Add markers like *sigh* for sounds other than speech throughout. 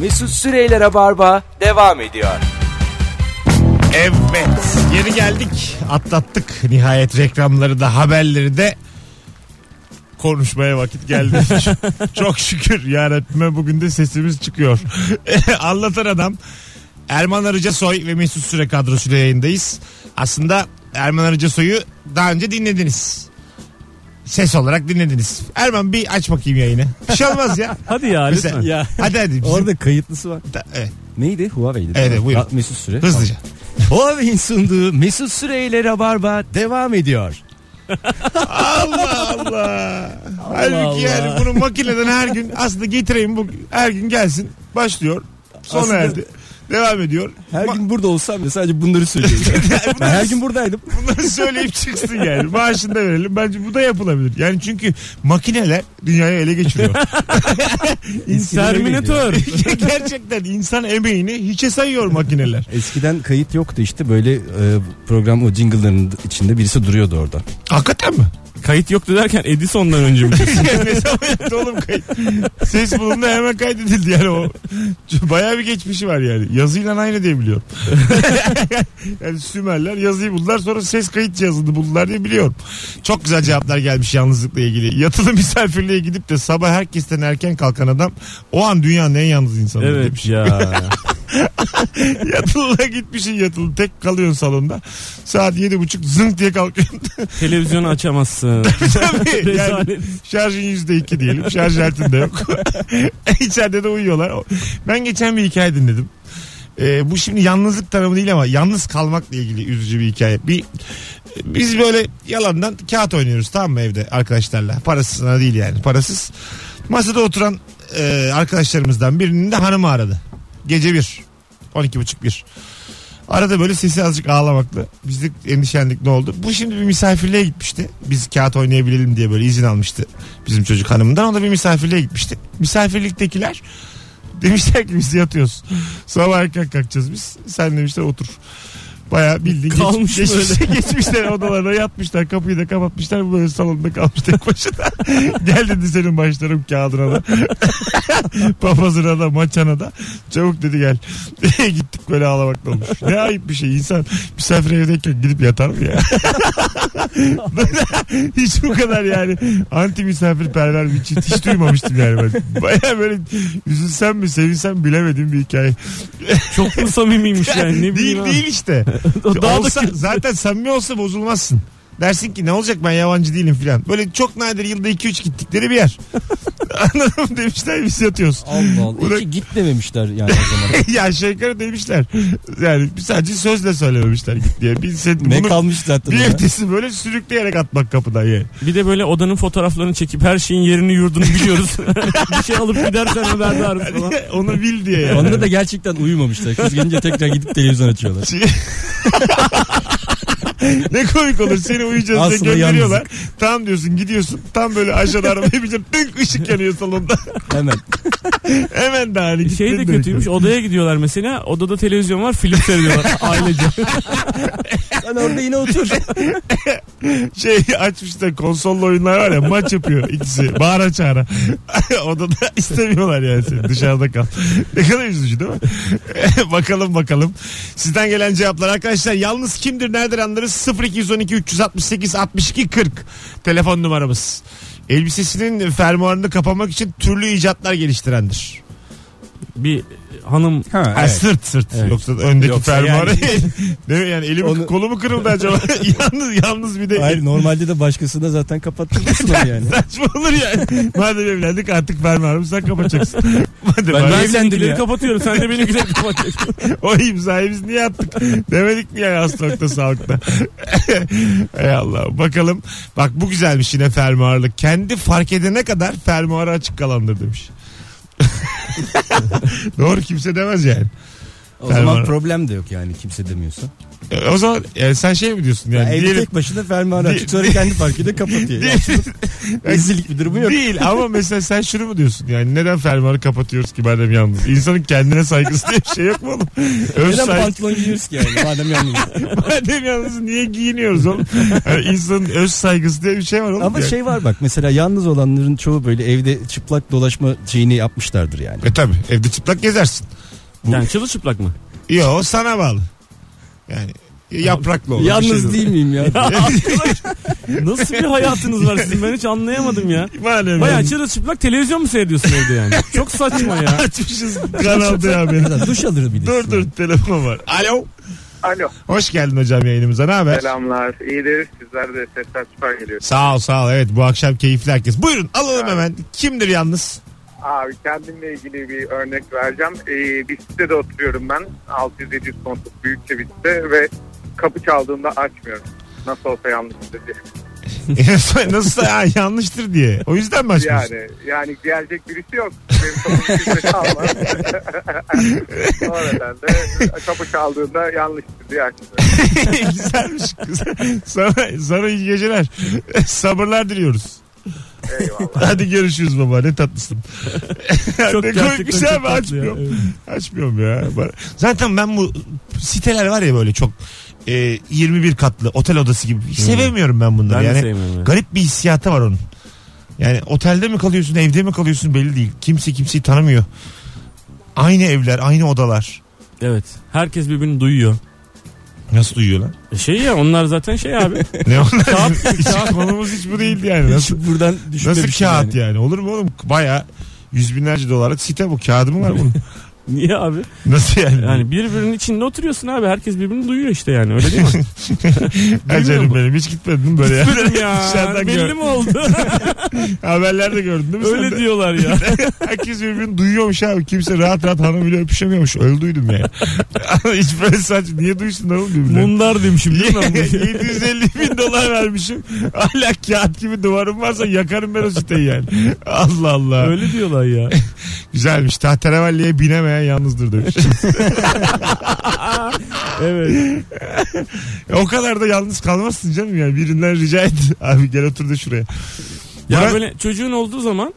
Mesut Süreyler'e barba devam ediyor. Evet geri geldik atlattık nihayet reklamları da haberleri de konuşmaya *laughs* vakit geldi. Çok şükür yarabbime bugün de sesimiz çıkıyor. *laughs* Anlatan adam Erman Arıca Soy ve Mesut Süre kadrosuyla yayındayız. Aslında Erman Arıca Soy'u daha önce dinlediniz. Ses olarak dinlediniz. Erman bir aç bakayım yayını. Bir şey olmaz ya. *laughs* Hadi ya Mesela- lütfen. Ya. Hadi hadi. Bizim- Orada kayıtlısı var. Da- evet, Neydi? Huawei'di. Evet, değil mi? buyurun. Ha, Mesut Süre. hızlıca. Huawei'in sunduğu Mesut Süre ile Rabarba devam ediyor. Allah Allah. Halbuki Allah. yani bunu makineden her gün aslında getireyim bu her gün gelsin başlıyor. Sona Aslında- erdi. Devam ediyor. Her Ma- gün burada olsam da sadece bunları *laughs* söylüyorum. ben her gün buradaydım. Bunları *laughs* söyleyip çıksın yani. Maaşını da verelim. Bence bu da yapılabilir. Yani çünkü makineler dünyayı *laughs* ele geçiriyor. Eskiden öyleydi. Terminator. *laughs* Gerçekten insan emeğini hiçe sayıyor makineler. Eskiden kayıt yoktu işte böyle e, program o jingle'ların içinde birisi duruyordu orada. Hakikaten mi? Kayıt yoktu derken Edison'dan önce *laughs* mi? Yani ne zaman yaptı oğlum kayıt? Ses bulundu hemen kaydedildi yani o. Bayağı bir geçmişi var yani. Yazıyla aynı diye biliyorum. *laughs* yani Sümerler yazıyı buldular sonra ses kayıt cihazını buldular diye biliyorum. Çok güzel cevaplar gelmiş yalnızlıkla ilgili. Yatılı misafirliğe gidip de sabah herkesten erken kalkan adam o an dünyanın en yalnız insanı demiş. evet ya. Yatılı'ya gitmişsin yatılı tek kalıyorsun salonda. Saat yedi buçuk zınk diye *laughs* kalkıyorsun. *laughs* Televizyonu açamazsın. Tabii yani Rezalet. Şarjın yüzde iki diyelim. Şarj altında yok. *laughs* İçeride de uyuyorlar. Ben geçen bir hikaye dinledim. Ee, bu şimdi yalnızlık tarafı değil ama yalnız kalmakla ilgili üzücü bir hikaye. Bir biz böyle yalandan kağıt oynuyoruz tamam mı evde arkadaşlarla. Parasına değil yani parasız. Masada oturan e, arkadaşlarımızdan birinin de hanımı aradı. Gece bir. 12 buçuk bir. Arada böyle sesi azıcık ağlamaklı. Biz de endişelendik ne oldu? Bu şimdi bir misafirliğe gitmişti. Biz kağıt oynayabilelim diye böyle izin almıştı bizim çocuk hanımından. O da bir misafirliğe gitmişti. Misafirliktekiler demişler ki biz yatıyoruz. Sabah erken kalkacağız biz. Sen demişler otur. Baya bildiğin geç- Kalmış geçmiş- *laughs* geçmişler odalarına yatmışlar. Kapıyı da kapatmışlar. Bu böyle salonda kalmış tek başına. *laughs* Gel dedi senin başlarım kağıdına da. *laughs* Papazına da maçana da. Çabuk dedi gel. *laughs* Gittik böyle ağlamak olmuş. Ne ayıp bir şey. İnsan misafir evdeyken gidip yatar mı ya? *laughs* hiç bu kadar yani anti misafirperver bir çift hiç duymamıştım yani ben. Baya böyle üzülsem mi sevinsem bilemediğim bir hikaye. Çok mu samimiymiş *laughs* yani ne değil bileyim. değil işte. *laughs* O daha da Olsa- kötü. zaten samimi olsa bozulmazsın. Dersin ki ne olacak ben yabancı değilim filan. Böyle çok nadir yılda 2-3 gittikleri bir yer. *laughs* Anladım demişler biz yatıyoruz. Allah Bu da- Allah. İki git dememişler yani o zaman. *laughs* ya aşağı yukarı demişler. Yani sadece sözle söylememişler git diye. Bir, sen, ne bunu kalmış zaten. bir ona? *laughs* ertesi böyle sürükleyerek atmak kapıdan yani. *laughs* Bir de böyle odanın fotoğraflarını çekip her şeyin yerini yurdunu biliyoruz. bir şey alıp gidersen haberdarız falan. Onu bil diye yani. Onda da gerçekten uyumamışlar. Kız gelince tekrar gidip televizyon açıyorlar. *laughs* ne komik olur seni uyuyacağız diye Aslında gönderiyorlar. Tam diyorsun gidiyorsun tam böyle aşağıda arabaya binip tık ışık yanıyor salonda. *laughs* Hemen. Hemen de hani Şey de gittin kötüymüş direkt. odaya gidiyorlar mesela odada televizyon var film seyrediyorlar ailece. Sen orada yine otur. Şey açmış da konsollu oyunlar var ya maç yapıyor ikisi bağıra çağıra. *laughs* Odada istemiyorlar yani seni dışarıda kal. Ne kadar üzücü değil mi? *laughs* bakalım bakalım. Sizden gelen cevaplar arkadaşlar yalnız kimdir nereden anlarız 0212 368 62 40 telefon numaramız. Elbisesinin fermuarını kapamak için türlü icatlar geliştirendir. Bir hanım Ha, Ha, sırt sırt. Evet. Yoksa öndeki Yoksa fermuarı. yani- *laughs* Değil mi? Yani elim Onu- kolu mu kırıldı acaba? *laughs* yalnız yalnız bir de Hayır normalde de başkasına zaten kapattırmışsın *laughs* onu yani. saçma olur yani. Madem evlendik artık fermuarımı sen *laughs* kapatacaksın. Madem ben abi- evlendim benimkileri ya. kapatıyorum sen de benimkileri kapatacaksın. o imzayı biz niye attık? Demedik mi yani hastalıkta sağlıkta? *laughs* Ey Allah bakalım. Bak bu güzelmiş yine fermuarlık. Kendi fark edene kadar fermuarı açık kalandır demiş. *laughs* Doğru kimse demez yani. O Fermuar. zaman problem de yok yani kimse demiyorsa. E, O zaman e, sen şey mi diyorsun yani? evde diyelim- tek başına fermuarı Di- açıp sonra kendi fark ediyor kapatıyor. Di- *laughs* Rezillik bir durumu yok. Değil ama mesela sen şunu mu diyorsun yani neden fermuarı kapatıyoruz ki madem yalnız? İnsanın kendine saygısı diye bir şey yok mu oğlum? Öz Neden saygı. pantolon giyiyoruz ki *laughs* yani madem yalnız. Madem yalnız niye giyiniyoruz oğlum? Yani insanın öz saygısı diye bir şey var oğlum. Ama yani. şey var bak mesela yalnız olanların çoğu böyle evde çıplak dolaşma şeyini yapmışlardır yani. E tabi evde çıplak gezersin. Bu- Yani *laughs* çıplak mı? Yo o sana bağlı. Yani yapraklı olur. bir şey de Yalnız olur. değil miyim ya? *laughs* Nasıl bir hayatınız var sizin ben hiç anlayamadım ya. Madem Bayağı Bayağı çıplak televizyon mu seyrediyorsun evde yani? Çok saçma *laughs* ya. açmışız kanalda *laughs* ya beni. Mesela duş alır bir de. Dur dur telefon var. Alo. Alo. Hoş geldin hocam yayınımıza. Ne haber? Selamlar. İyidir. Sizler de sesler süper geliyor. Sağ ol sağ ol. Evet bu akşam keyifli herkes. Buyurun alalım hemen. Kimdir yalnız? *laughs* Abi kendimle ilgili bir örnek vereceğim. Ee, bir sitede oturuyorum ben. 600-700 kontluk büyükçe bir site ve kapı çaldığında açmıyorum. Nasıl olsa yanlıştır diye. Nasıl ha, yanlıştır diye. O yüzden mi açmışsın? Yani, yani gelecek birisi yok. Benim kapımın kimse çalmaz. *laughs* o nedenle kapı çaldığında yanlıştır diye *laughs* açmıyorum. Güzelmiş. Güzel. Sana, sana iyi geceler. Sabırlar diliyoruz. Eyvallah. Hadi görüşürüz baba ne tatlısın. *laughs* Çok ne gerçekten komikmiş abi çok tatlı açmıyorum. ya, Açmıyorum ya. Bana- Zaten ben bu siteler var ya böyle çok e, 21 katlı otel odası gibi. Hiç sevemiyorum ben bunları. Ben de yani sevmiyorum ya. garip bir hissiyatı var onun. Yani otelde mi kalıyorsun evde mi kalıyorsun belli değil. Kimse kimseyi tanımıyor. Aynı evler aynı odalar. Evet. Herkes birbirini duyuyor. Nasıl duyuyor lan? E Şey ya onlar zaten şey *laughs* abi. Ne onlar? hiç, konumuz hiç bu değildi yani. Nasıl, Şu buradan nasıl düşünmemiştim kağıt yani. Olur mu oğlum? Baya yüz binlerce dolarlık site bu. Kağıdı mı var bunun? *laughs* Niye abi? Nasıl yani? Yani birbirinin içinde oturuyorsun abi. Herkes birbirini duyuyor işte yani öyle değil mi? Ay canım mu? benim hiç gitmedin değil mi *laughs* böyle ya? Bilmiyorum *laughs* ya. Dışarıdan gör- Belli *laughs* mi oldu? Haberlerde gördün değil mi sen öyle de? diyorlar ya. *laughs* Herkes birbirini duyuyormuş abi. Kimse rahat rahat hanımıyla öpüşemiyormuş. Öyle duydum yani. hiç böyle saçma. Niye duysunlar oğlum birbirlerini? Mundar demişim değil mi? ben *laughs* bunu? 750 bin dolar vermişim. Hala kağıt gibi duvarım varsa yakarım ben o siteyi yani. Allah Allah. öyle *laughs* diyorlar ya. Güzelmiş. Tahterevalliye binemeyen yalnızdır *laughs* demiş. Evet. E, o kadar da yalnız kalmazsın canım yani. Birinden rica et. *laughs* Abi gel otur da şuraya. Ya Burak- böyle çocuğun olduğu zaman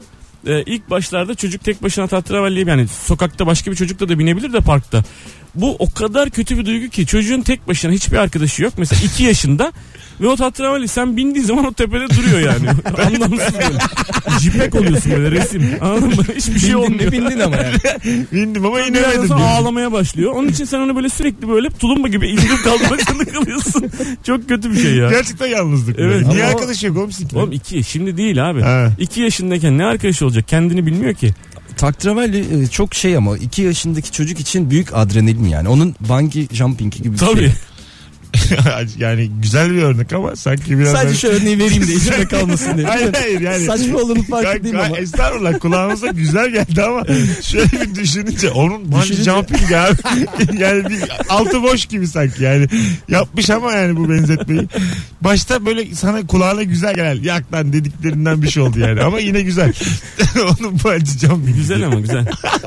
e, ilk başlarda çocuk tek başına tahterevalliye yani sokakta başka bir çocukla da binebilir de parkta. Bu o kadar kötü bir duygu ki çocuğun tek başına hiçbir arkadaşı yok. *laughs* Mesela 2 yaşında ve o tahterevalli sen bindiğin zaman o tepede *laughs* duruyor yani. *laughs* Anlamsız böyle. Cipek oluyorsun böyle resim. Anladın mı? Hiçbir şey Bindin olmuyor. mi bindin ama yani. Bindim ama Biraz inemedim. sonra yani. ağlamaya başlıyor. Onun için sen onu böyle sürekli böyle tulumba gibi *laughs* indirip kaldırmak zorunda kalıyorsun. Çok kötü bir şey ya. Gerçekten yalnızlık. Evet, Evet, Niye ama- arkadaş yok oğlum sizinkiler? Oğlum iki şimdi değil abi. Ha. *laughs* 2 yaşındayken ne arkadaşı olacak kendini bilmiyor ki. Takravalli e, çok şey ama 2 yaşındaki çocuk için büyük adrenalin yani. Onun bungee jumping gibi bir şey. Tabii. yani güzel bir örnek ama sanki biraz... Sadece şu örneği vereyim de içimde kalmasın *laughs* diye. Hayır hayır yani. Saçma olduğunu fark Kanka, edeyim ama. Estağfurullah kulağımıza güzel geldi *laughs* ama şöyle bir düşününce onun bungee Düşününce- jumping abi *laughs* yani bir altı boş gibi sanki yani yapmış ama yani bu benzetmeyi başta böyle sana kulağına güzel gelen yak lan dediklerinden bir şey oldu yani ama yine güzel *laughs* onun bungee jumping Güzel *laughs* ama güzel.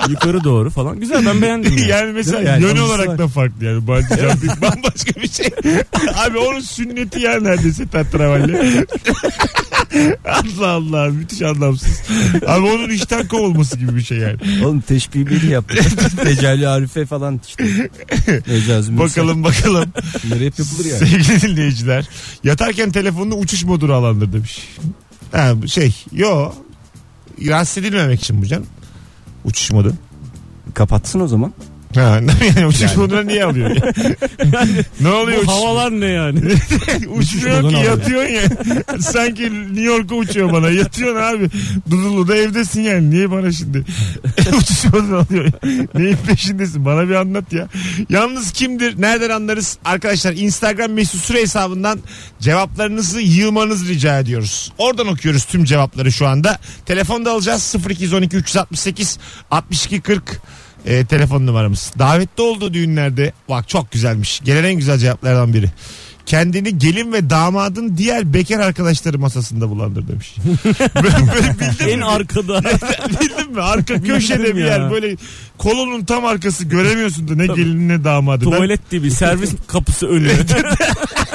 Yukarı doğru falan. Güzel ben beğendim. ya. yani mesela Değil mi? Yani yön anısı olarak var. da farklı *laughs* yani bungee jumping bambaşka bir şey. *laughs* Abi onun sünneti ya neredeyse tatravalli. *laughs* Allah Allah müthiş anlamsız. Abi onun işten kovulması gibi bir şey yani. Oğlum teşbih beni *laughs* yaptı. Tecelli Arife falan işte. Mecaz Bakalım bakalım Bunları hep yapılır yani. sevgili dinleyiciler. Yatarken telefonunu uçuş moduna alandır demiş. Ha, bu şey yo rahatsız edilmemek için bu canım. Uçuş modu. Kapatsın o zaman. Ha, *laughs* yani uçuş moduna niye alıyor? *laughs* ne oluyor Bu uçuş havalar *laughs* ne yani? Uçmuyor Uçuş ki moduna alıyor. yatıyorsun ya. Sanki New York'a uçuyor bana. Yatıyorsun abi. Dudullu da evdesin yani. Niye bana şimdi *laughs* uçuş moduna alıyor? Neyin peşindesin? Bana bir anlat ya. Yalnız kimdir? Nereden anlarız? Arkadaşlar Instagram mesut süre hesabından cevaplarınızı yığmanızı rica ediyoruz. Oradan okuyoruz tüm cevapları şu anda. Telefonda alacağız 0212 368 62 40 e, telefon numaramız. Davetli olduğu düğünlerde bak çok güzelmiş. Gelen en güzel cevaplardan biri. kendini gelin ve damadın diğer bekar arkadaşları masasında bulandır demiş. böyle, böyle bildin En mi? arkada. *laughs* bildin mi? Arka köşede Bildim bir ya. yer böyle kolonun tam arkası göremiyorsun da ne Tabii. gelinin ne damadın. Ben- Tuvalet gibi servis kapısı önü. *laughs*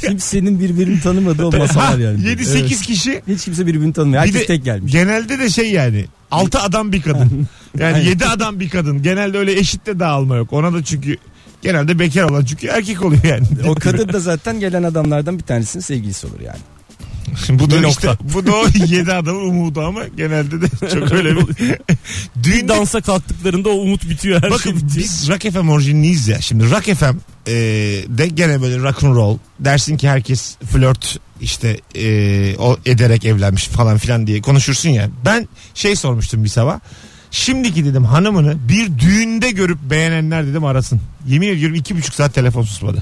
Kimsenin birbirini tanımadığı o masalar yani. 7-8 Evet. kişi Hiç kimse birbirini tanımıyor. Bir Herkes de- tek gelmiş. genelde de şey yani 6 adam bir kadın. Yani 7 adam bir kadın. Genelde öyle eşit de dağılma yok. Ona da çünkü genelde bekar olan çünkü erkek oluyor yani. O kadın da zaten gelen adamlardan bir tanesinin sevgilisi olur yani. bu Bir da işte nokta. bu da o 7 adamın umudu ama genelde de çok *laughs* öyle bir Bir düğünde dansa kalktıklarında o umut bitiyor her şey Bakın bitiyor. biz Rock FM orijinliyiz ya. Şimdi Rock FM e, de gene böyle rock and roll. Dersin ki herkes flört işte e, o ederek evlenmiş falan filan diye konuşursun ya. Ben şey sormuştum bir sabah. Şimdiki dedim hanımını bir düğünde görüp beğenenler dedim arasın. Yemin ediyorum iki buçuk saat telefon *laughs* susmadı.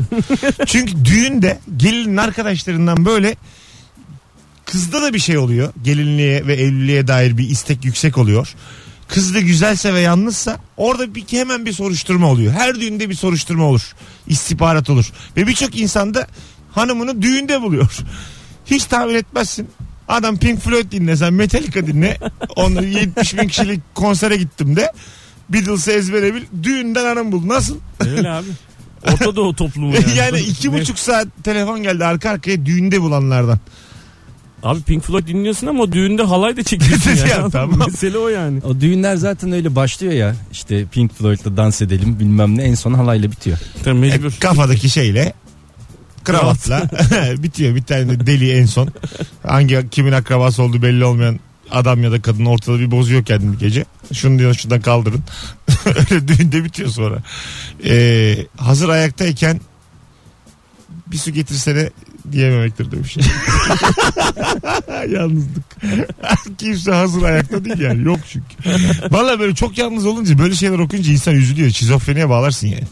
Çünkü düğünde gelinin arkadaşlarından böyle kızda da bir şey oluyor. Gelinliğe ve evliliğe dair bir istek yüksek oluyor. Kız da güzelse ve yalnızsa orada bir hemen bir soruşturma oluyor. Her düğünde bir soruşturma olur. İstihbarat olur. Ve birçok insan da hanımını düğünde buluyor. *laughs* Hiç tahmin etmezsin. Adam Pink Floyd dinle sen Metallica dinle. Onu 70 bin kişilik konsere gittim de. Beatles'ı ezbere bil. Düğünden hanım bul. Nasıl? Öyle abi. Orta Doğu toplumu *laughs* yani. yani iki Ne- buçuk saat telefon geldi arka arkaya düğünde bulanlardan. Abi Pink Floyd dinliyorsun ama o düğünde halay *laughs* da çekiyorsun Ya yani. tamam. Mesele o yani. O düğünler zaten öyle başlıyor ya. İşte Pink Floyd'la dans edelim bilmem ne en son halayla bitiyor. Tabii mecbur. E, Kafadaki şeyle kravatla *laughs* bitiyor bir tane deli en son. Hangi kimin akrabası olduğu belli olmayan adam ya da kadın ortada bir bozuyor kendini gece. Şunu diyor şuradan kaldırın. *laughs* Öyle düğünde bitiyor sonra. Ee, hazır ayaktayken bir su getirsene diyememektir demiş. *laughs* Yalnızlık. Kimse hazır ayakta değil yani. Yok çünkü. Valla böyle çok yalnız olunca böyle şeyler okuyunca insan üzülüyor. Şizofreniye bağlarsın yani.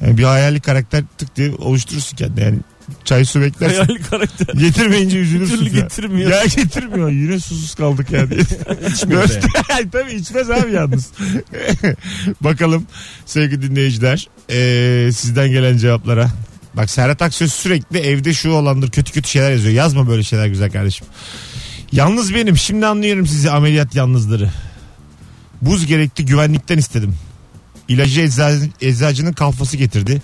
Yani bir hayali karakter tık diye oluşturursun kendine. Yani çay su beklersin. Hayali karakter. Getirmeyince üzülürsün. Türlü ya. getirmiyor. Ya getirmiyor. Yine susuz kaldık yani. İçmiyor be. *laughs* Ay, Tabii içmez abi yalnız. *laughs* Bakalım sevgili dinleyiciler ee, sizden gelen cevaplara. Bak Serhat Aksöz sürekli evde şu olandır kötü kötü şeyler yazıyor. Yazma böyle şeyler güzel kardeşim. Yalnız benim şimdi anlıyorum sizi ameliyat yalnızları. Buz gerekti güvenlikten istedim. İlacı eczacı- eczacının kalfası getirdi.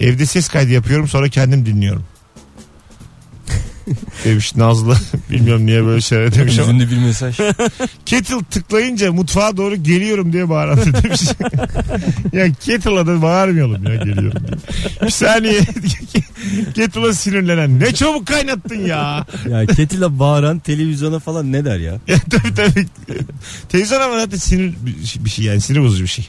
Evde ses kaydı yapıyorum sonra kendim dinliyorum. demiş Nazlı. *laughs* Bilmiyorum niye böyle şeyler demiş ama. Üzünlü bir mesaj. Kettle tıklayınca mutfağa doğru geliyorum diye bağıran demiş. ya kettle'a da bağırmayalım ya geliyorum diye. Bir saniye *laughs* kettle'a sinirlenen. Ne çabuk kaynattın ya. *laughs* ya Ketil'e bağıran televizyona falan ne der ya? ya tabii tabii. Televizyon ama zaten sinir bir- bir şey yani sinir bozucu bir şey.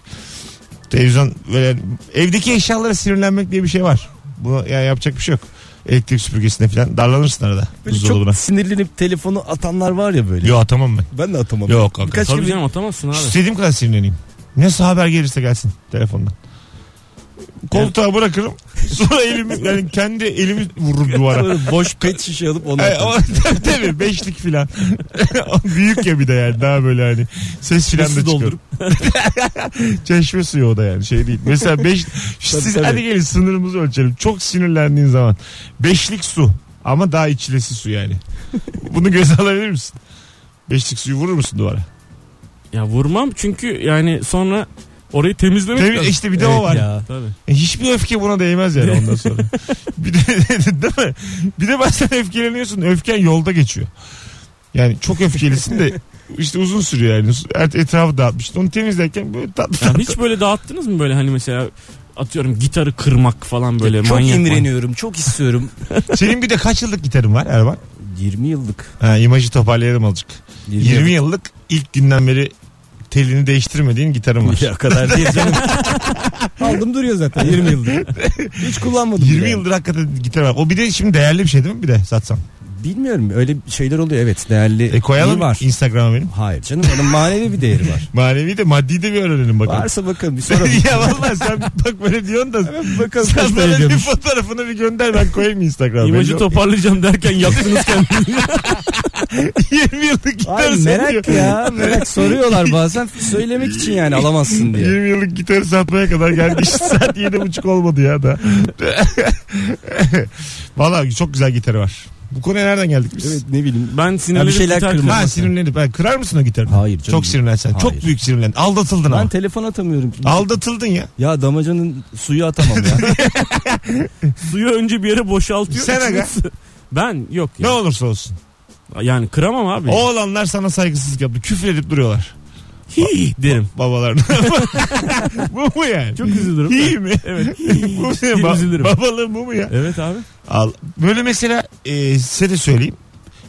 Televizyon böyle evdeki eşyalara sinirlenmek diye bir şey var. Bunu ya yapacak bir şey yok. Elektrik süpürgesine falan darlanırsın arada. Böyle Buzdolabına. çok sinirlenip telefonu atanlar var ya böyle. Yo atamam ben. Ben de atamam. Yok yok. Birkaç Tabii kere canım atamazsın abi. İstediğim kadar sinirleneyim. Nasıl haber gelirse gelsin telefondan. Koltuğa bırakırım. Sonra elimi yani kendi elimi vurur *laughs* duvara. Böyle boş pet şişe alıp onu Ay, atarım. Ee, o, *laughs* tabii, tabii beşlik filan. *laughs* Büyük ya bir de yani daha böyle hani ses filan da Su çıkıyor. doldurup *laughs* Çeşme suyu o da yani şey değil. Mesela *laughs* beş, Tabii, siz tabii. hadi gelin sınırımızı ölçelim. Çok sinirlendiğin zaman. Beşlik su ama daha içilesi su yani. *laughs* Bunu göze alabilir misin? Beşlik suyu vurur musun duvara? Ya vurmam çünkü yani sonra orayı temizlemek Tabii lazım. işte bir de o Evet var. ya. Tabii. E, Hiçbir öfke buna değmez yani ondan *laughs* sonra. bir de değil mi? Bir de bazen öfkeleniyorsun. Öfken yolda geçiyor. Yani çok öfkelisin de işte uzun sürüyor yani. Et- Etrafı dağıtmışsın. Onu temizlerken böyle tatlı Yani tatlı. hiç böyle dağıttınız mı böyle hani mesela atıyorum gitarı kırmak falan böyle çok manyak. manyak. imreniyorum. Çok istiyorum. *laughs* Senin bir de kaç yıllık gitarın var Erman? 20 yıllık. Ha, imajı toparlayalım azıcık. 20, yıllık. yıllık ilk günden beri telini değiştirmediğin gitarın var. Ya kadar değil canım. *laughs* Aldım duruyor zaten 20 yıldır. Hiç kullanmadım. 20 bile. yıldır hakikaten gitar var. O bir de şimdi değerli bir şey değil mi bir de satsam? Bilmiyorum öyle şeyler oluyor evet değerli E koyalım iyi var. Instagram'a benim. Hayır canım onun manevi bir değeri *laughs* var. Manevi de maddi de bir öğrenelim bakalım. Varsa bakın bir sonra *laughs* ya valla sen bak böyle diyorsun da bakalım sen kaç bana para bir diyormuş. *laughs* fotoğrafını bir gönder ben koyayım Instagram'a. İmajı Ben- *laughs* toparlayacağım derken yaktınız kendinizi. 20 yıllık gitar Ay merak ya merak soruyorlar bazen söylemek için yani alamazsın diye. 20 yıllık gitarı satmaya kadar geldi. *laughs* İşte saat 7.30 olmadı ya da. *laughs* Valla çok güzel gitarı var. Bu konuya nereden geldik biz? Evet ne bileyim. Ben sinirlenip şeyler gitar kırmızı. kırarım. Ha Olmasa. sinirlenip. Ha, kırar mısın o gitarı? Hayır canım. Çok sinirlensen. Çok Hayır. büyük sinirlendin. Aldatıldın Ben ama. telefon atamıyorum. Aldatıldın ya. Ya damacanın suyu atamam ya. Suyu önce bir yere boşaltıyor. Sen İçine aga. su- Ben yok Ne ya. olursa olsun. Yani kıramam abi. O olanlar sana saygısızlık yaptı. Küfür edip duruyorlar. Hi derim. Babalarına. *laughs* bu mu yani? Çok üzülürüm. İyi mi? Evet. *laughs* bu mu? Ciddi üzülürüm. Ba- babalığın bu mu ya? Evet abi. Al. Böyle mesela e, size de söyleyeyim.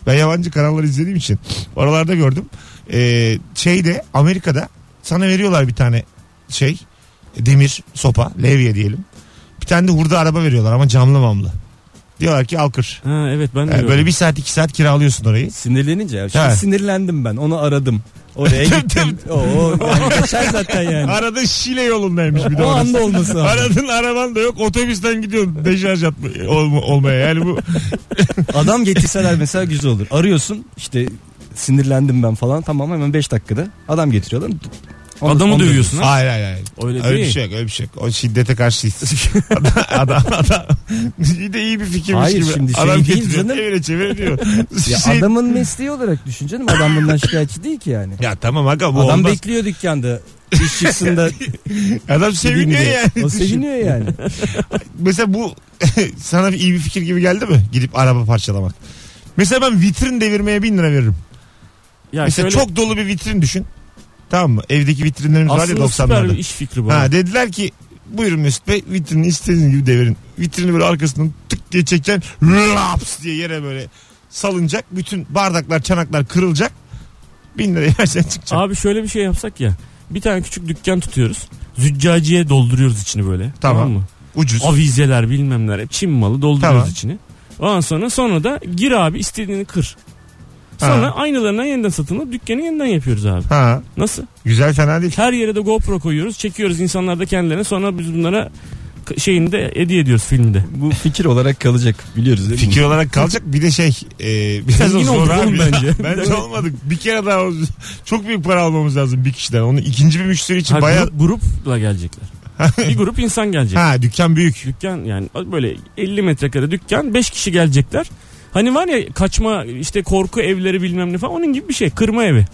Ben yabancı kanalları izlediğim için oralarda gördüm. E, şeyde Amerika'da sana veriyorlar bir tane şey demir sopa levye diyelim. Bir tane de hurda araba veriyorlar ama camlı mamlı. Diyorlar ki al kır. Ha evet ben de. Yani E, böyle öyle. bir saat iki saat kiralıyorsun orayı. Sinirlenince ya. Şimdi Ha. sinirlendim ben onu aradım. Oraya gittim. Oo, yani geçer zaten yani. Arada Şile yolundaymış bir de O orası. anda olması lazım. Aradın araban da yok otobüsten gidiyorsun deşarj atma, olma- olmaya yani bu Adam getirseler mesela güzel olur. Arıyorsun işte sinirlendim ben falan tamam hemen 5 dakikada adam getiriyorlar. Onu- Adamı onu dövüyorsun ha. hayır hayır hayır. Öyle Öyle, bir değil. şey yok öyle bir şey yok. O şiddete karşıyız. *laughs* adam, adam adam bir de iyi bir fikirmiş Hayır, gibi. şimdi şey adam değil getiriyor, canım. Evine çevire diyor. *laughs* Ya Şey- adamın mesleği olarak düşün canım. Adam bundan şikayetçi değil ki yani. Ya tamam aga bu Adam olmaz. bekliyor dükkanda. İş çıksın da adam gideyim seviniyor diye. yani. O *laughs* seviniyor yani. Mesela bu *laughs* sana iyi bir fikir gibi geldi mi? Gidip araba parçalamak. Mesela ben vitrin devirmeye bin lira veririm. Ya Mesela şöyle- çok dolu bir vitrin düşün. Tamam mı? Evdeki vitrinlerimiz var ya aslında süper 90'larda. bir iş fikri bu. Ha dediler ki buyurun Mesut Bey vitrini istediğiniz gibi devirin. Vitrini böyle arkasından tık diye çeken laps diye yere böyle salınacak. Bütün bardaklar çanaklar kırılacak. Bin liraya her şey çıkacak. Abi şöyle bir şey yapsak ya. Bir tane küçük dükkan tutuyoruz. Züccaciye dolduruyoruz içini böyle. Tamam, Tamam. mı? Ucuz. Avizeler bilmemler hep Çin malı dolduruyoruz Tamam. içini. Ondan sonra sonra da gir abi istediğini kır. Sonra Ha. aynılarından yeniden satın alıp dükkanı yeniden yapıyoruz abi. Ha Nasıl? güzel fena değil. Her yere de GoPro koyuyoruz. Çekiyoruz insanlar da kendilerine. Sonra biz bunlara k- şeyini de hediye ediyoruz filmde. Bu fikir olarak kalacak biliyoruz değil mi? Fikir olarak kalacak bir de şey e, biraz o Zengin zor olduk abi. oğlum ya. bence. *laughs* bence olmadık. Bir kere daha o- çok büyük para almamız lazım bir kişiden. Onu ikinci bir müşteri için Ha, bayağı... grup- *laughs* grupla gelecekler. bir grup insan gelecek. Ha dükkan büyük. Dükkan yani böyle 50 metrekare dükkan 5 kişi gelecekler. Hani var ya kaçma işte korku evleri bilmem ne falan onun gibi bir şey kırma evi.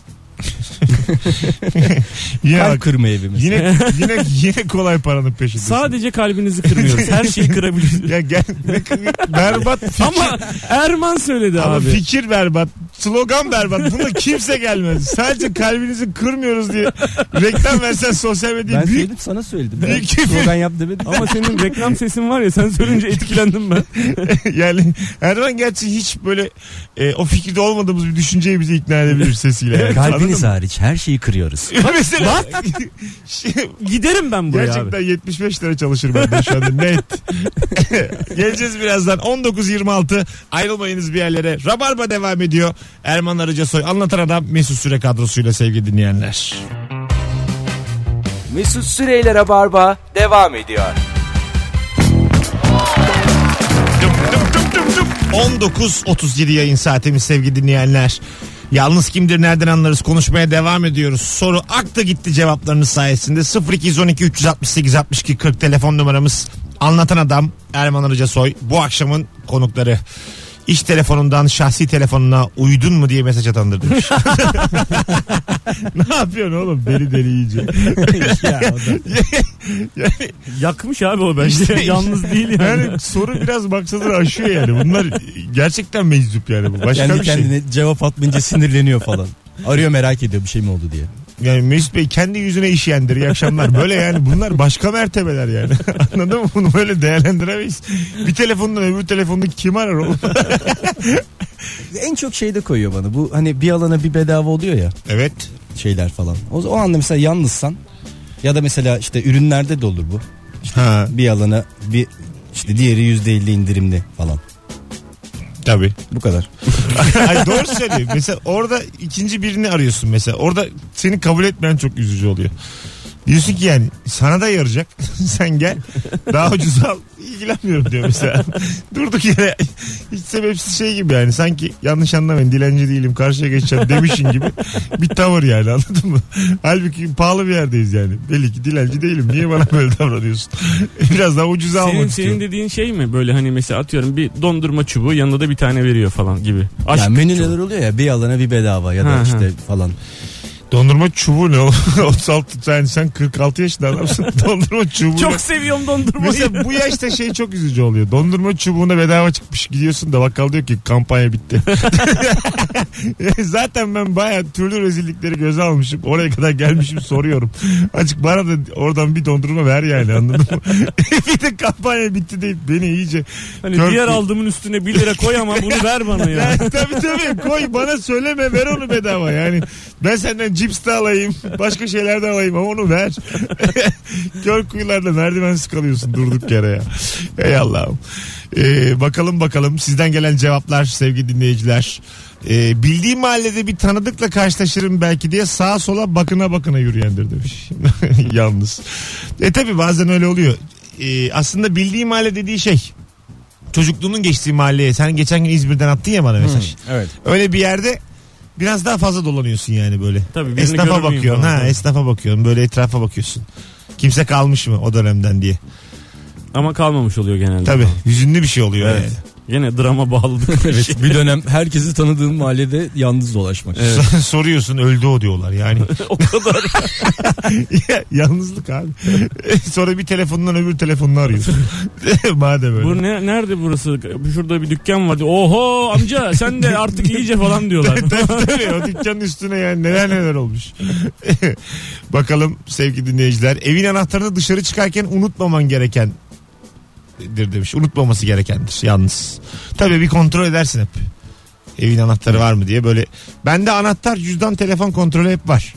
Yine, Kalp bak, kırma evimiz. yine, yine, yine kolay paranın peşindesin. Sadece *laughs* kalbinizi kırmıyoruz. Her şeyi kırabiliriz. Ya gel ne kı- berbat şey. fikir. Ama Erman söyledi Ama abi. fikir berbat, slogan berbat. Buna kimse gelmez. Sadece kalbinizi kırmıyoruz diye reklam versen sosyal medyaya Ben büyük söyledim sana söyledim. Ben Büyük küfür. slogan yap demedim. Ama senin *laughs* reklam sesin var ya sen söyleyince etkilendim ben. *laughs* yani Erdoğan gerçi hiç böyle e, o fikirde olmadığımız bir düşünceyi bize ikna edebilir sesiyle. Yani. Kalbiniz Anladın mı? hariç her şeyi kırıyoruz. *laughs* Mesela *laughs* Şey- Giderim ben buraya Gerçekten abi. 75 lira çalışır bende şu anda *laughs* net. Geleceğiz birazdan 19.26 ayrılmayınız bir yerlere. Rabarba devam ediyor. Erman Arıcasoy anlatan adam Mesut Süre kadrosuyla sevgili dinleyenler. Mesut Süreyler'e barba *laughs* devam ediyor. Dım dım dım dım dım. 19.37 yayın saatimiz sevgili dinleyenler. Yalnız kimdir nereden anlarız konuşmaya devam ediyoruz. Soru akta gitti cevaplarınız sayesinde 0212 368 62 40 telefon numaramız. Anlatan adam Erman Arıca Soy bu akşamın konukları. İş telefonundan şahsi telefonuna uydun mu diye mesaj atandır *laughs* demiş. *laughs* ne yapıyorsun oğlum deli deli *laughs* iyice. ya, o da- Yani Yakmış abi o bence. İşte- Yalnız değil yani. Yani soru biraz maksadını aşıyor yani. Bunlar gerçekten meczup yani bu. Başka Kendi bir şey. kendine cevap atmayınca sinirleniyor falan. Arıyor merak ediyor bir şey mi oldu diye. Yani Mesut Bey kendi yüzüne işeyendir iyi akşamlar. Böyle yani bunlar başka mertebeler yani. *laughs* Anladın mı? Bunu böyle değerlendiremeyiz. Bir telefondan öbür telefonda kim arar oğlum? En çok şey de koyuyor bana. Bu hani bir alana bir bedava oluyor ya evet. şeyler falan. O, o anda mesela yalnızsan ya da mesela işte ürünlerde de olur bu. Ha. Bir alana bir işte diğeri %50 indirimli falan. Tabii. Bu kadar. *laughs* Ay doğru söylüyor. Mesela orada ikinci birini arıyorsun mesela. Orada seni kabul etmeyen çok üzücü oluyor. Diyorsun ki yani sana da yarayacak. *laughs* Sen gel. Daha ucuz al. İlgilenmiyorum diyor mesela. *laughs* Durduk yere hiç sebepsiz şey gibi yani. Sanki yanlış anlamayın dilenci değilim karşıya geçeceğim demişin gibi bir tavır yani anladın mı? Halbuki pahalı bir yerdeyiz yani. Belli ki dilenci değilim. Niye bana böyle davranıyorsun? *laughs* Biraz daha ucuza almak Senin, istiyorum. senin dediğin şey mi? Böyle hani mesela atıyorum bir dondurma çubuğu yanında da bir tane veriyor falan gibi. Aşk yani menü neler oluyor ya bir alana bir bedava ya da Ha, işte ha. falan. Dondurma çubuğu ne oğlum? *laughs* 36 tane sen 46 yaşında adamsın. Dondurma çubuğu. *laughs* Çok seviyorum dondurmayı. Mesela bu yaşta şey çok üzücü oluyor. Dondurma çubuğuna bedava çıkmış gidiyorsun da bakkal diyor ki kampanya bitti. *laughs* Zaten ben bayağı türlü rezillikleri göze almışım. Oraya kadar gelmişim soruyorum. Açık bana da oradan bir dondurma ver yani anladın mı? *laughs* bir de kampanya bitti deyip beni iyice Hani Kör- diğer aldığımın üstüne 1 lira koy ama bunu ver bana ya. yani tabii tabii koy bana söyleme ver onu bedava yani. Ben senden cips de alayım başka şeyler de alayım ama onu ver. *laughs* Kör kuyularda merdivensiz kalıyorsun durduk yere ya. Ey Allah'ım. Ee, bakalım bakalım sizden gelen cevaplar sevgili dinleyiciler. Ee, bildiğim mahallede bir tanıdıkla karşılaşırım belki diye sağa sola bakına bakına yürüyendir demiş. *laughs* Yalnız. E tabi bazen öyle oluyor. Ee, aslında bildiğim mahalle dediği şey çocukluğunun geçtiği mahalleye sen geçen gün İzmir'den attın ya Hmm. bana mesaj. Evet. Öyle bir yerde biraz daha fazla dolanıyorsun yani böyle. Tabii birini görür esnafa müyüm bakıyorsun. falan. Ha, esnafa bakıyorsun. Böyle etrafa bakıyorsun. Kimse kalmış mı o dönemden diye. Ama kalmamış oluyor genelde. Tabii hüzünlü bir şey oluyor Evet. yani. Gene drama *laughs* bağladık. *laughs* Şey, evet. Bir dönem herkesi tanıdığım mahallede yalnız dolaşmak. *laughs* Soruyorsun öldü o diyorlar *laughs* yani. *laughs* o kadar. Ya, Yalnızlık abi. *laughs* Sonra bir telefondan öbür telefonunu arıyorsun. *laughs* Madem öyle. Bu ne, nerede burası? Şurada bir dükkan vardı. Oho amca sen de artık iyice falan diyorlar. tabii tabii o dükkanın üstüne yani neler neler olmuş. *laughs* Bakalım sevgili dinleyiciler evin anahtarını dışarı çıkarken unutmaman gereken dir demiş. Unutmaması gerekendir yalnız. Tabii bir kontrol edersin hep. Evin anahtarı var mı diye böyle. Bende anahtar, cüzdan, telefon kontrolü hep var.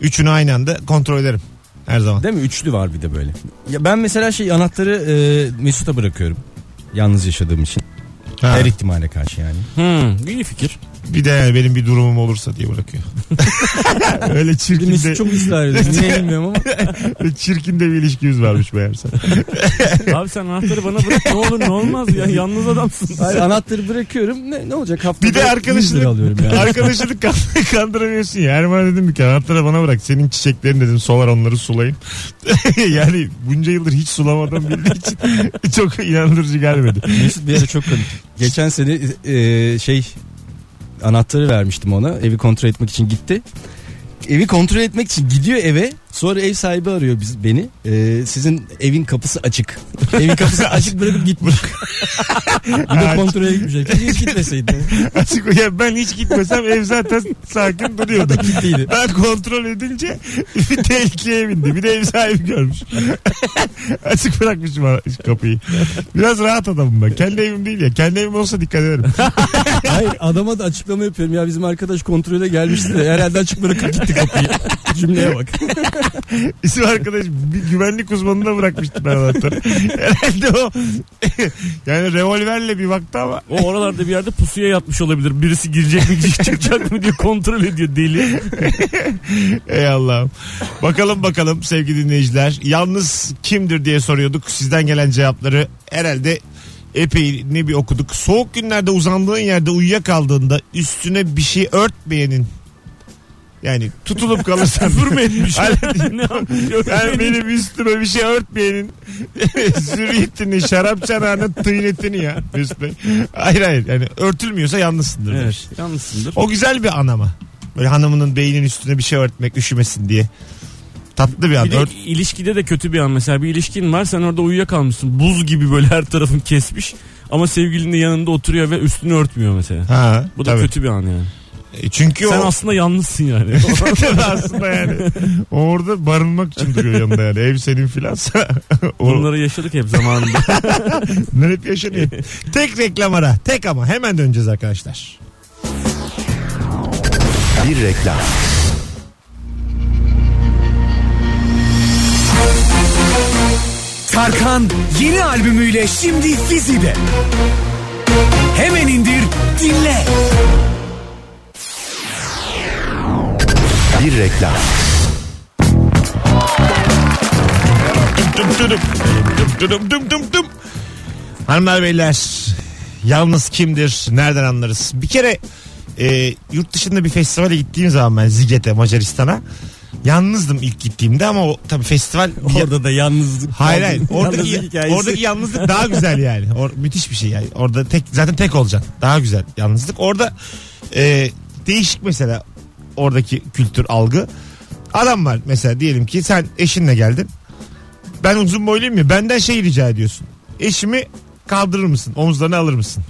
Üçünü aynı anda kontrol ederim her zaman. Değil mi? Üçlü var bir de böyle. Ya ben mesela şey anahtarı e, Mesut'a bırakıyorum. Yalnız yaşadığım için. Ha, Her ihtimale karşı yani. Hmm, iyi *laughs* fikir. bir de yani benim bir durumum olursa *laughs* diye bırakıyor. Öyle çirkin de, Mesut çok ısrar ediyor. Niye bilmiyorum ama. çirkin de bir ilişkimiz varmış meğerse. Abi sen anahtarı bana bırak ne olur ne olmaz ya yalnız adamsın. Hayır, anahtarı bırakıyorum. Ne, ne olacak haftada Bir de 100 lira arkadaşını alıyorum yani. *laughs* arkadaşını kan- *laughs* kandıramıyorsun ya. Erman dedim bir kere anahtarı bana bırak. Senin çiçeklerin dedim solar onları sulayın. *laughs* yani bunca yıldır hiç sulamadan bildiği için *laughs* çok inandırıcı gelmedi. Mesut bir ara çok komik. Geçen sene e, şey anahtarı vermiştim ona. Evi kontrol etmek için gitti. Evi kontrol etmek için gidiyor eve. Sonra ev sahibi arıyor biz beni. E, sizin evin kapısı açık. Evin kapısı açık bırakıp gitmiş. bir de kontrole gitmiş. Keşke hiç gitmeseydi. Açık ya ben hiç gitmesem ev zaten sakin duruyordu. Zaten gittiydi. Ben kontrol edince *laughs* bir tehlikeye bindi. Bir de ev sahibi görmüş. *laughs* Açık bırakmışım ara- kapıyı. Biraz rahat adamım ben. Kendi evim değil ya. Kendi evim olsa dikkat ederim. Hayır adama da açıklama yapıyorum. Ya bizim arkadaş kontrole gelmişti de herhalde açık bırakıp gitti kapıyı. Cümleye bak. İsim arkadaş bir güvenlik uzmanına bırakmıştı ben anahtarı. Herhalde o *laughs* yani revolverle bir baktı ama O oralarda bir yerde pusuya yatmış olabilir. Birisi girecek mi *laughs* çıkacak mı diye kontrol ediyor deli. ey Allah'ım. Bakalım bakalım sevgili dinleyiciler. Yalnız kimdir diye soruyorduk. Sizden gelen cevapları herhalde epeyini bir okuduk. Soğuk günlerde uzandığın yerde uyuyakaldığında üstüne bir şey örtmeyenin yani tutulup *laughs* kalırsan *laughs* Küfür mü etmiş? Hayır. *laughs* ne yapmış? Yok, Yani benim- benim üstüme bir şey örtmeyenin *laughs* zürriyetini, şarap çanağının tıynetini ya Mesut Bey. Hayır hayır yani örtülmüyorsa yalnızsındır demiş. Evet, *laughs* yalnızsındır. O güzel bir an ama. Böyle hanımının beynin üstüne bir şey örtmek üşümesin diye. Tatlı bir an. Bir de Ört- ilişkide de kötü bir an mesela bir ilişkin var sen orada uyuyakalmışsın buz gibi böyle her tarafın kesmiş ama sevgilin de yanında oturuyor ve üstünü örtmüyor mesela. Ha, Bu da tabii. kötü bir an yani. E, Çünkü Sen o aslında yalnızsın yani. *laughs* Tabii *laughs* aslında yani. O Orada barınmak için duruyor yanında yani. Ev senin filansa. *laughs* o- Bunları yaşadık hep zamanında. Bunlar hep *laughs* yaşanıyor. tek reklam ara. Tek ama hemen döneceğiz arkadaşlar. Bir reklam. Tarkan yeni albümüyle şimdi Fizi'de. Hemen indir, dinle. Bir reklam. Dum dum dum. Dum dum dum dum dum. Hanımlar beyler yalnız kimdir nereden anlarız? Bir kere e, yurt dışında bir festivale gittiğim zaman ben Ziget'e Macaristan'a yalnızdım ilk gittiğimde ama o tabii festival Orada da yalnızlık. Hayır hayır. Yalnızlık Oradaki, hikayesi. oradaki yalnızlık daha güzel yani. Or, müthiş bir şey yani. Orada tek zaten tek olacaksın. Daha güzel yalnızlık. Orada e, değişik mesela oradaki kültür algı. Adam var mesela diyelim ki sen eşinle geldin. Ben uzun boyluyum ya benden şey rica ediyorsun. Eşimi kaldırır mısın? Omuzlarına alır mısın?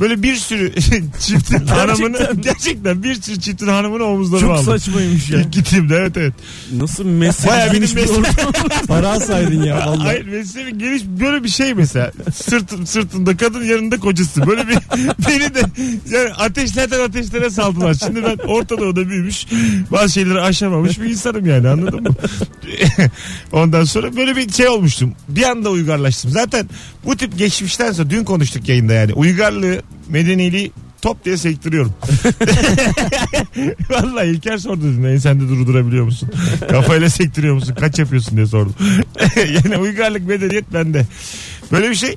Böyle bir sürü *laughs* çiftin hanımını gerçekten bir sürü çiftin hanımını omuzlarına Çok aldım. saçmaymış şey. ya. Gittiğimde evet evet. Nasıl mesaj Bayağı benim geniş bir mesaj- ortam. *laughs* Para alsaydın ya vallahi. Hayır mesleğim geniş böyle bir şey mesela. Sırt, sırtında kadın yanında kocası. Böyle bir *laughs* beni de yani ateşlerden ateşlere saldılar. Şimdi ben Orta Doğu'da büyümüş bazı şeyleri aşamamış bir insanım yani anladın mı? *laughs* Ondan sonra böyle bir şey olmuştum. Bir anda uygarlaştım. Zaten bu tip geçmişten sonra dün konuştuk yayında yani. Uygarlığı, medeniliği top diye sektiriyorum. *laughs* Vallahi İlker sordu dün. Ensende durdurabiliyor musun? Kafayla sektiriyor musun? Kaç yapıyorsun diye sordu. *laughs* yani uygarlık medeniyet bende. Böyle bir şey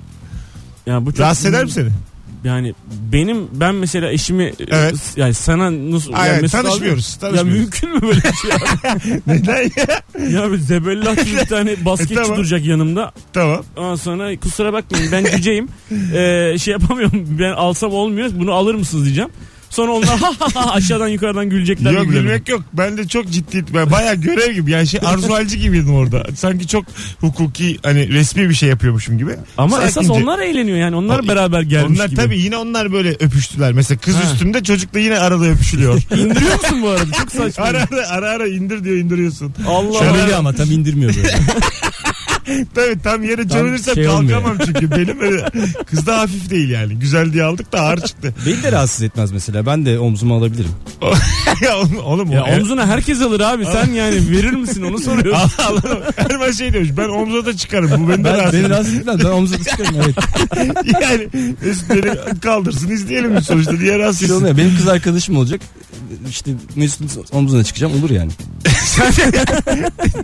Ya bu çok- rahatsız eder mi seni? *laughs* Yani benim ben mesela eşimi e, Evet. s- yani sana nasıl Hayır, yani Mesut tanışmıyoruz. abi- Ya tanışmıyoruz. mümkün mü böyle bir *laughs* şey? abi? Neden ya? ya bir zebellah gibi bir tane basketçi E, tamam. duracak yanımda. tamam. Ondan sonra kusura bakmayın ben *laughs* cüceyim. Ee, şey yapamıyorum. Ben alsam olmuyor. Bunu alır mısınız diyeceğim. Sonra onlar ha ha ha aşağıdan yukarıdan gülecekler. Yok birbirlerine. gülmek yok. Ben de çok ciddi. Ben bayağı görev gibi. Yani şey arzualcı gibiydim orada. Sanki çok hukuki hani resmi bir şey yapıyormuşum gibi. Ama Sakince- esas onlar eğleniyor yani. Onlar Tabii. beraber gelmiş onlar gibi. tabii yine onlar böyle öpüştüler. Mesela kız Ha. üstümde çocukla yine arada *laughs* öpüşülüyor. İndiriyor musun bu arada? Çok saçma. ara, ara ara ara indir diyor indiriyorsun. *laughs* Allah Çömeli ama tam *laughs* indirmiyor böyle. Tabii tam yere çömelirsem şey olmuyor. kalkamam çünkü. Benim öyle kız da hafif değil yani. Güzel diye aldık da ağır çıktı. *laughs* Beni de rahatsız etmez mesela. Ben de omzuma alabilirim. ya oğlum, oğlum o- Ya omzuna herkes alır abi. Sen yani verir misin onu *laughs* soruyorsun. *laughs* Allah Allah. Erman şey demiş ben omza da çıkarım. Bu beni de Ben, rahatsız beni ediyor. rahatsız etmez. Ben omzuma sıkarım *laughs* evet. Yani Mesut beni kaldırsın izleyelim sonuçta. Diğer rahatsız Bir şey etsin. olmuyor. Benim kız arkadaşım olacak. İşte Mesut'un omzuna çıkacağım olur yani.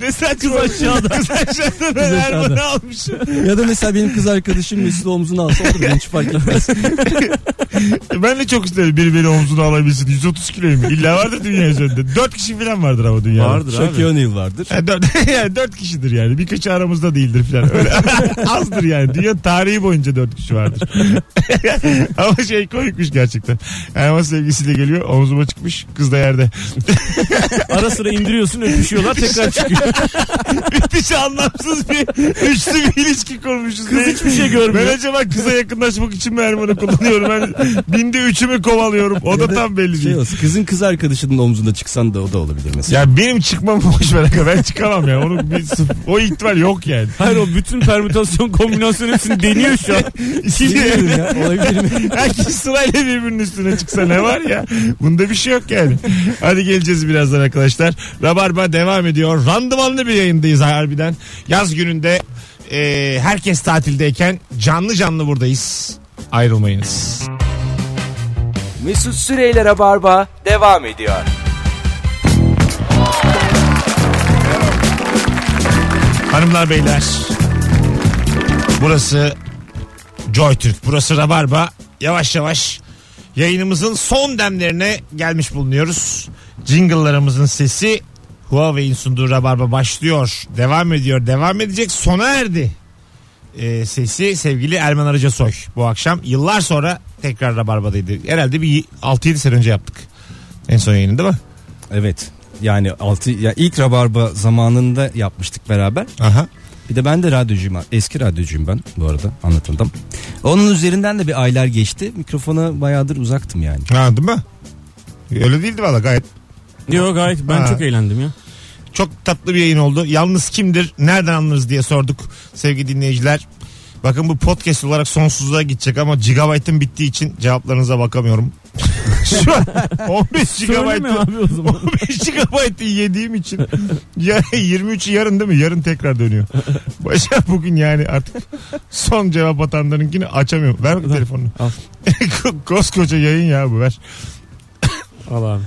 Ne saçma. Kız aşağıda. *laughs* Kız aşağıda ben Kız aşağıda. Erman'ı almışım. Ya da mesela benim kız arkadaşım Mesut'u omzuna alsa olur. Ben hiç fark etmez. E, Ben de çok isterim biri beni omzuna alabilsin. 130 kiloyum. İlla vardır dünya üzerinde. 4 kişi falan vardır ama dünyada. Vardır abi. Şaki O'Neal vardır. Yani E, dört, *laughs* yani dört kişidir yani. Birkaçı aramızda değildir falan. Öyle *laughs* azdır yani. Dünya tarihi boyunca dört kişi vardır. *laughs* Ama şey komikmiş gerçekten. Erman sevgisiyle geliyor. Omzuma çıkmış. Kız da yerde. *laughs* Ara sıra indiriyorsun öpüşüyorlar tekrar çıkıyor. Müthiş şey anlamsız bir üçlü bir ilişki kurmuşuz. Kız Ne- hiçbir şey görmüyor. Ben acaba kıza yakınlaşmak için mi Erman'ı kullanıyorum? Ben binde üçümü kovalıyorum. O da tam belli Şey değil. olsun, kızın kız arkadaşının omzunda çıksan da o da olabilir mesela. Ya benim çıkmam boş ver. aga. Ben çıkamam ya. Onun bir, o ihtimal yok yani. Hayır o bütün permütasyon kombinasyon hepsini deniyor *laughs* şu an. Bilmiyorum ya olabilir mi? Herkes sırayla birbirinin üstüne çıksa ne var ya? Bunda bir şey yok yani. Hadi geleceğiz birazdan arkadaşlar. Rabarba devam ediyor. Randımanlı bir yayındayız harbiden. Yaz gününde e, herkes tatildeyken canlı canlı buradayız. Ayrılmayınız. Mesut Süreyler'e barba devam ediyor. Hanımlar beyler. Burası Joy Türk. Burası Rabarba. Yavaş yavaş yayınımızın son demlerine gelmiş bulunuyoruz. Jingle'larımızın sesi Huawei'in sunduğu Rabarba başlıyor. Devam ediyor. Devam edecek. Sona erdi. Ee, sesi sevgili Erman Arıca Soy. Bu akşam yıllar sonra tekrar Rabarba'daydı. Herhalde bir 6-7 sene önce yaptık. En son yayını değil mi? Evet. Yani altı ya ilk rabarba zamanında yapmıştık beraber. Aha. Bir de ben de radyocuyum. Eski radyocuyum ben bu arada anlatıldım. Onun üzerinden de bir aylar geçti. Mikrofona bayağıdır uzaktım yani. Ha değil mi? Öyle değildi valla gayet Yok gayet ben Ha. çok eğlendim ya. Çok tatlı bir yayın oldu. Yalnız kimdir, nereden anlarız diye sorduk sevgili dinleyiciler. Bakın bu podcast olarak sonsuzluğa gidecek ama gigabyte'ın bittiği için cevaplarınıza bakamıyorum. *laughs* Şu an 15 Söyleme gigabyte'ı abi o zaman. 15 gigabyte'ı yediğim için ya 23'ü yarın değil mi? Yarın tekrar dönüyor. Başa bugün yani artık son cevap atanlarınkini açamıyorum. Ver bakayım telefonunu. *laughs* Al. Koskoca yayın ya bu ver. Al abi.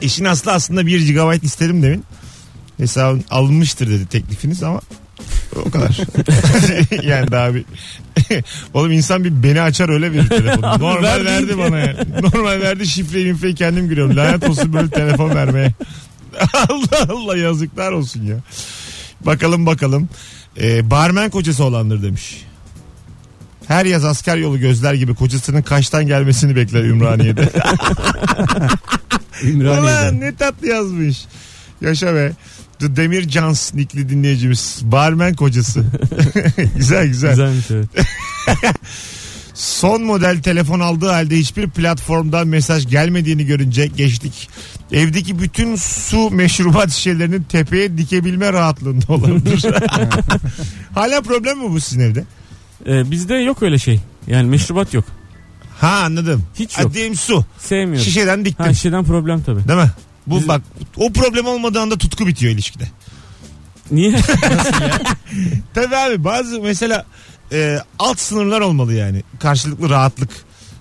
İşin aslı aslında 1 GB istedim demin. Hesabın alınmıştır dedi teklifiniz ama o kadar. *laughs* yani daha bir *laughs* Oğlum insan bir beni açar öyle verir telefonu. Normal verdi verdi ki. bana yani. Normal verdi şifreyi minfeyi kendim giriyorum. Lanet olsun böyle telefon vermeye. *laughs* Allah Allah yazıklar olsun ya. Bakalım bakalım. Ee, barmen kocası olandır demiş. Her yaz asker yolu gözler gibi kocasının kaçtan gelmesini bekler Ümraniye'de. Ulan Ümraniye'den. ne tatlı yazmış. Yaşa be. The Demir Cans nickli dinleyicimiz. Barmen kocası. *laughs* güzel güzel. *laughs* Güzelmiş evet. Son model telefon aldığı halde hiçbir platformdan mesaj gelmediğini görünce geçtik. Evdeki bütün su meşrubat şişelerini tepeye dikebilme rahatlığında *laughs* olabilir. Hala problem mi bu sizin evde? Ee, bizde yok öyle şey. Yani meşrubat yok. Ha anladım. Hiç yok. Hadi diyelim su. Sevmiyorum. Şişeden diktim. Ha şişeden problem tabii. Değil mi? Bu Bizim- bak o problem olmadığı anda tutku bitiyor ilişkide. Niye? *laughs* Tabii abi bazı mesela e, alt sınırlar olmalı yani. Karşılıklı rahatlık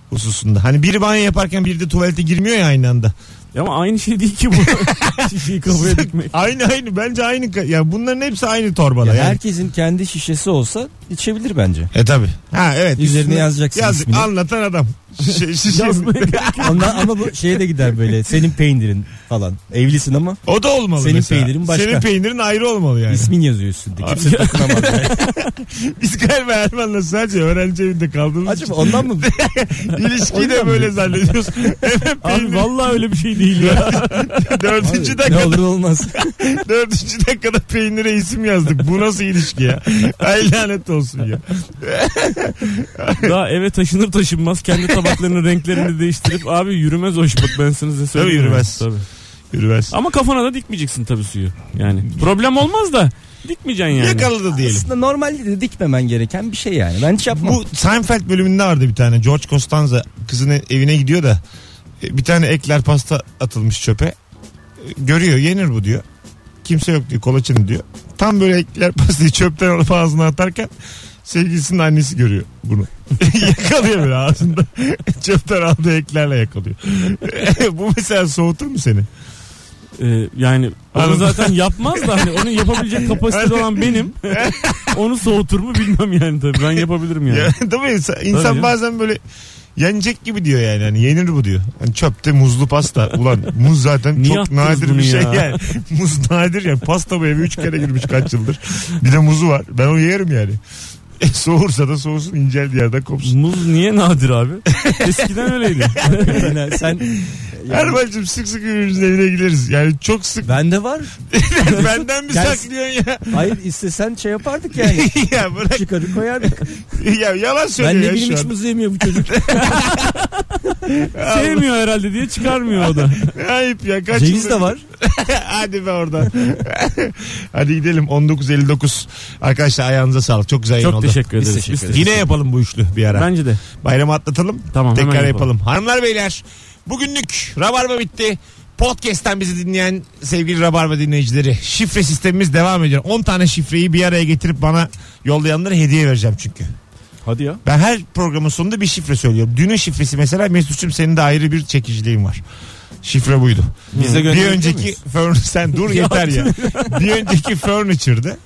hususunda. Hani biri banyo yaparken biri de tuvalete girmiyor ya aynı anda. Ama aynı şey *laughs* değil ki bu. Şişeyi kafaya dikmek. aynı aynı bence aynı. ka- Yani bunların hepsi aynı torbada. Ya yani. herkesin kendi şişesi olsa içebilir bence. E tabi. Ha evet. Üzerine Üstüne yazacaksın yazdık. ismini. Anlatan *laughs* adam. Şey, Şişe, şişe- Yazmaya Ondan, *laughs* ama bu şeye de gider böyle senin peynirin falan. Evlisin ama o da olmalı Senin mesela. peynirin başka. Senin peynirin ayrı olmalı *laughs* yani. ismin yazıyor üstünde. Kimse dokunamaz. yani. Biz galiba Erman'la sadece öğrenci evinde kaldığımız Acaba ondan *laughs* mı? için ilişkiyi de Ondan mı? böyle zannediyoruz. *laughs* Hemen Abi peynirin vallahi öyle bir şey değil ya. dördüncü ne dakikada olur olmaz. Dördüncü dakikada peynire isim yazdık. Bu nasıl ilişki *laughs* ya? Ay lanet olsun ya. Daha eve taşınır taşınmaz kendi tabaklarının renklerini değiştirip abi yürümez o iş bak ben sana size söyleyeyim. Tabii yürümez. Tabii. Yürümez. Ama kafana da dikmeyeceksin tabii suyu. Yani problem olmaz da dikmeyeceksin yani. Yakaladı diyelim. Aslında normalde de dikmemen gereken bir şey yani. Ben hiç yapmam. Bu Seinfeld bölümünde vardı bir tane. George Costanza kızın evine gidiyor da e, bir tane ekler pasta atılmış çöpe. E, Görüyor yenir bu diyor. Kimse yok diyor kolaçını diyor. *laughs* Tam böyle ekler pastayı çöpten alıp ağzına atarken sevgilisinin annesi görüyor bunu. *laughs* yakalıyor böyle ağzında. *laughs* çöpten aldığı eklerle yakalıyor. *laughs* bu mesela soğutur mu seni? Ee, yani onu Anladım. zaten yapmaz da hani onu yapabilecek kapasitede olan benim. onu soğutur mu bilmem yani tabii. Ben yapabilirim yani. Ya, *laughs* değil mi? İnsan, insan canım. bazen böyle yenecek gibi diyor yani. Hani yenir bu diyor. Hani çöpte muzlu pasta. Ulan muz zaten Niye çok attınız nadir bunu bir şey ya? *laughs* yani. Muz nadir yani. Pasta bu eve 3 kere girmiş kaç yıldır. Bir de muzu var. Ben onu yerim yani. E, soğursa da soğusun incel diye yerden kopsun. Muz niye nadir abi? Eskiden öyleydi. Yine sen Erman'cığım sık sık birbirimizin evine gideriz. Yani çok sık. Bende var. Benden mi Gelsin. saklıyorsun ya? *laughs* Hayır istesen şey yapardık *laughs* yani. ya bırak. Çıkarı koyardık. Ya yalan ben söylüyor ne ya bileyim şu hiç an. muz yemiyor bu çocuk. Sevmiyor herhalde diye çıkarmıyor o da. Ayıp ya. Kaç Ceviz yıldır- de var. Hadi be oradan. *laughs* Hadi gidelim 19.59. Arkadaşlar ayağınıza sağlık. Çok güzel yayın Çok oldu. teşekkür ederiz. teşekkür Biz ederiz. Yine yapalım bu üçlü bir ara. Bence de. Bayramı atlatalım. Tamam, hemen Tekrar yapalım. yapalım. Hanımlar beyler bugünlük Rabarba bitti. Podcast'ten bizi dinleyen sevgili Rabarba dinleyicileri şifre sistemimiz devam ediyor. 10 tane şifreyi bir araya getirip bana yollayanlara hediye vereceğim çünkü. Hadi ya. Ben her programın sonunda bir şifre söylüyorum. Dünün şifresi mesela Mesut'cum senin de ayrı bir çekiciliğin var. Şifre buydu. Bize Bir gönderebilir önceki miyiz? furniture *laughs* *laughs* sen dur yeter ya. bir önceki furniture'dı.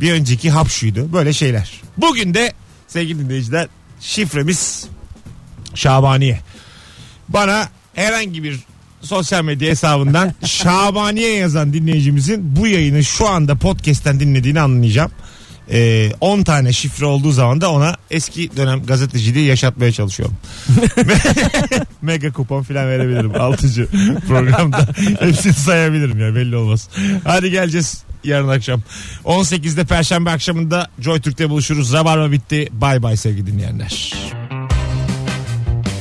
Bir önceki hapşuydu. Böyle şeyler. Bugün de sevgili dinleyiciler şifremiz Şabaniye. Bana herhangi bir sosyal *laughs* medya hesabından Şabaniye yazan dinleyicimizin bu yayını şu anda podcast'ten dinlediğini anlayacağım. Ee, 10 tane şifre olduğu zaman da ona eski dönem gazeteciliği yaşatmaya çalışıyorum. Mega kupon falan verebilirim. *laughs* Altıcı programda. Hepsini sayabilirim ya belli olmaz. Hadi geleceğiz yarın akşam. 18'de Perşembe akşamında Joy Türk'te buluşuruz. Rabarba bitti. Bay bay sevgili dinleyenler.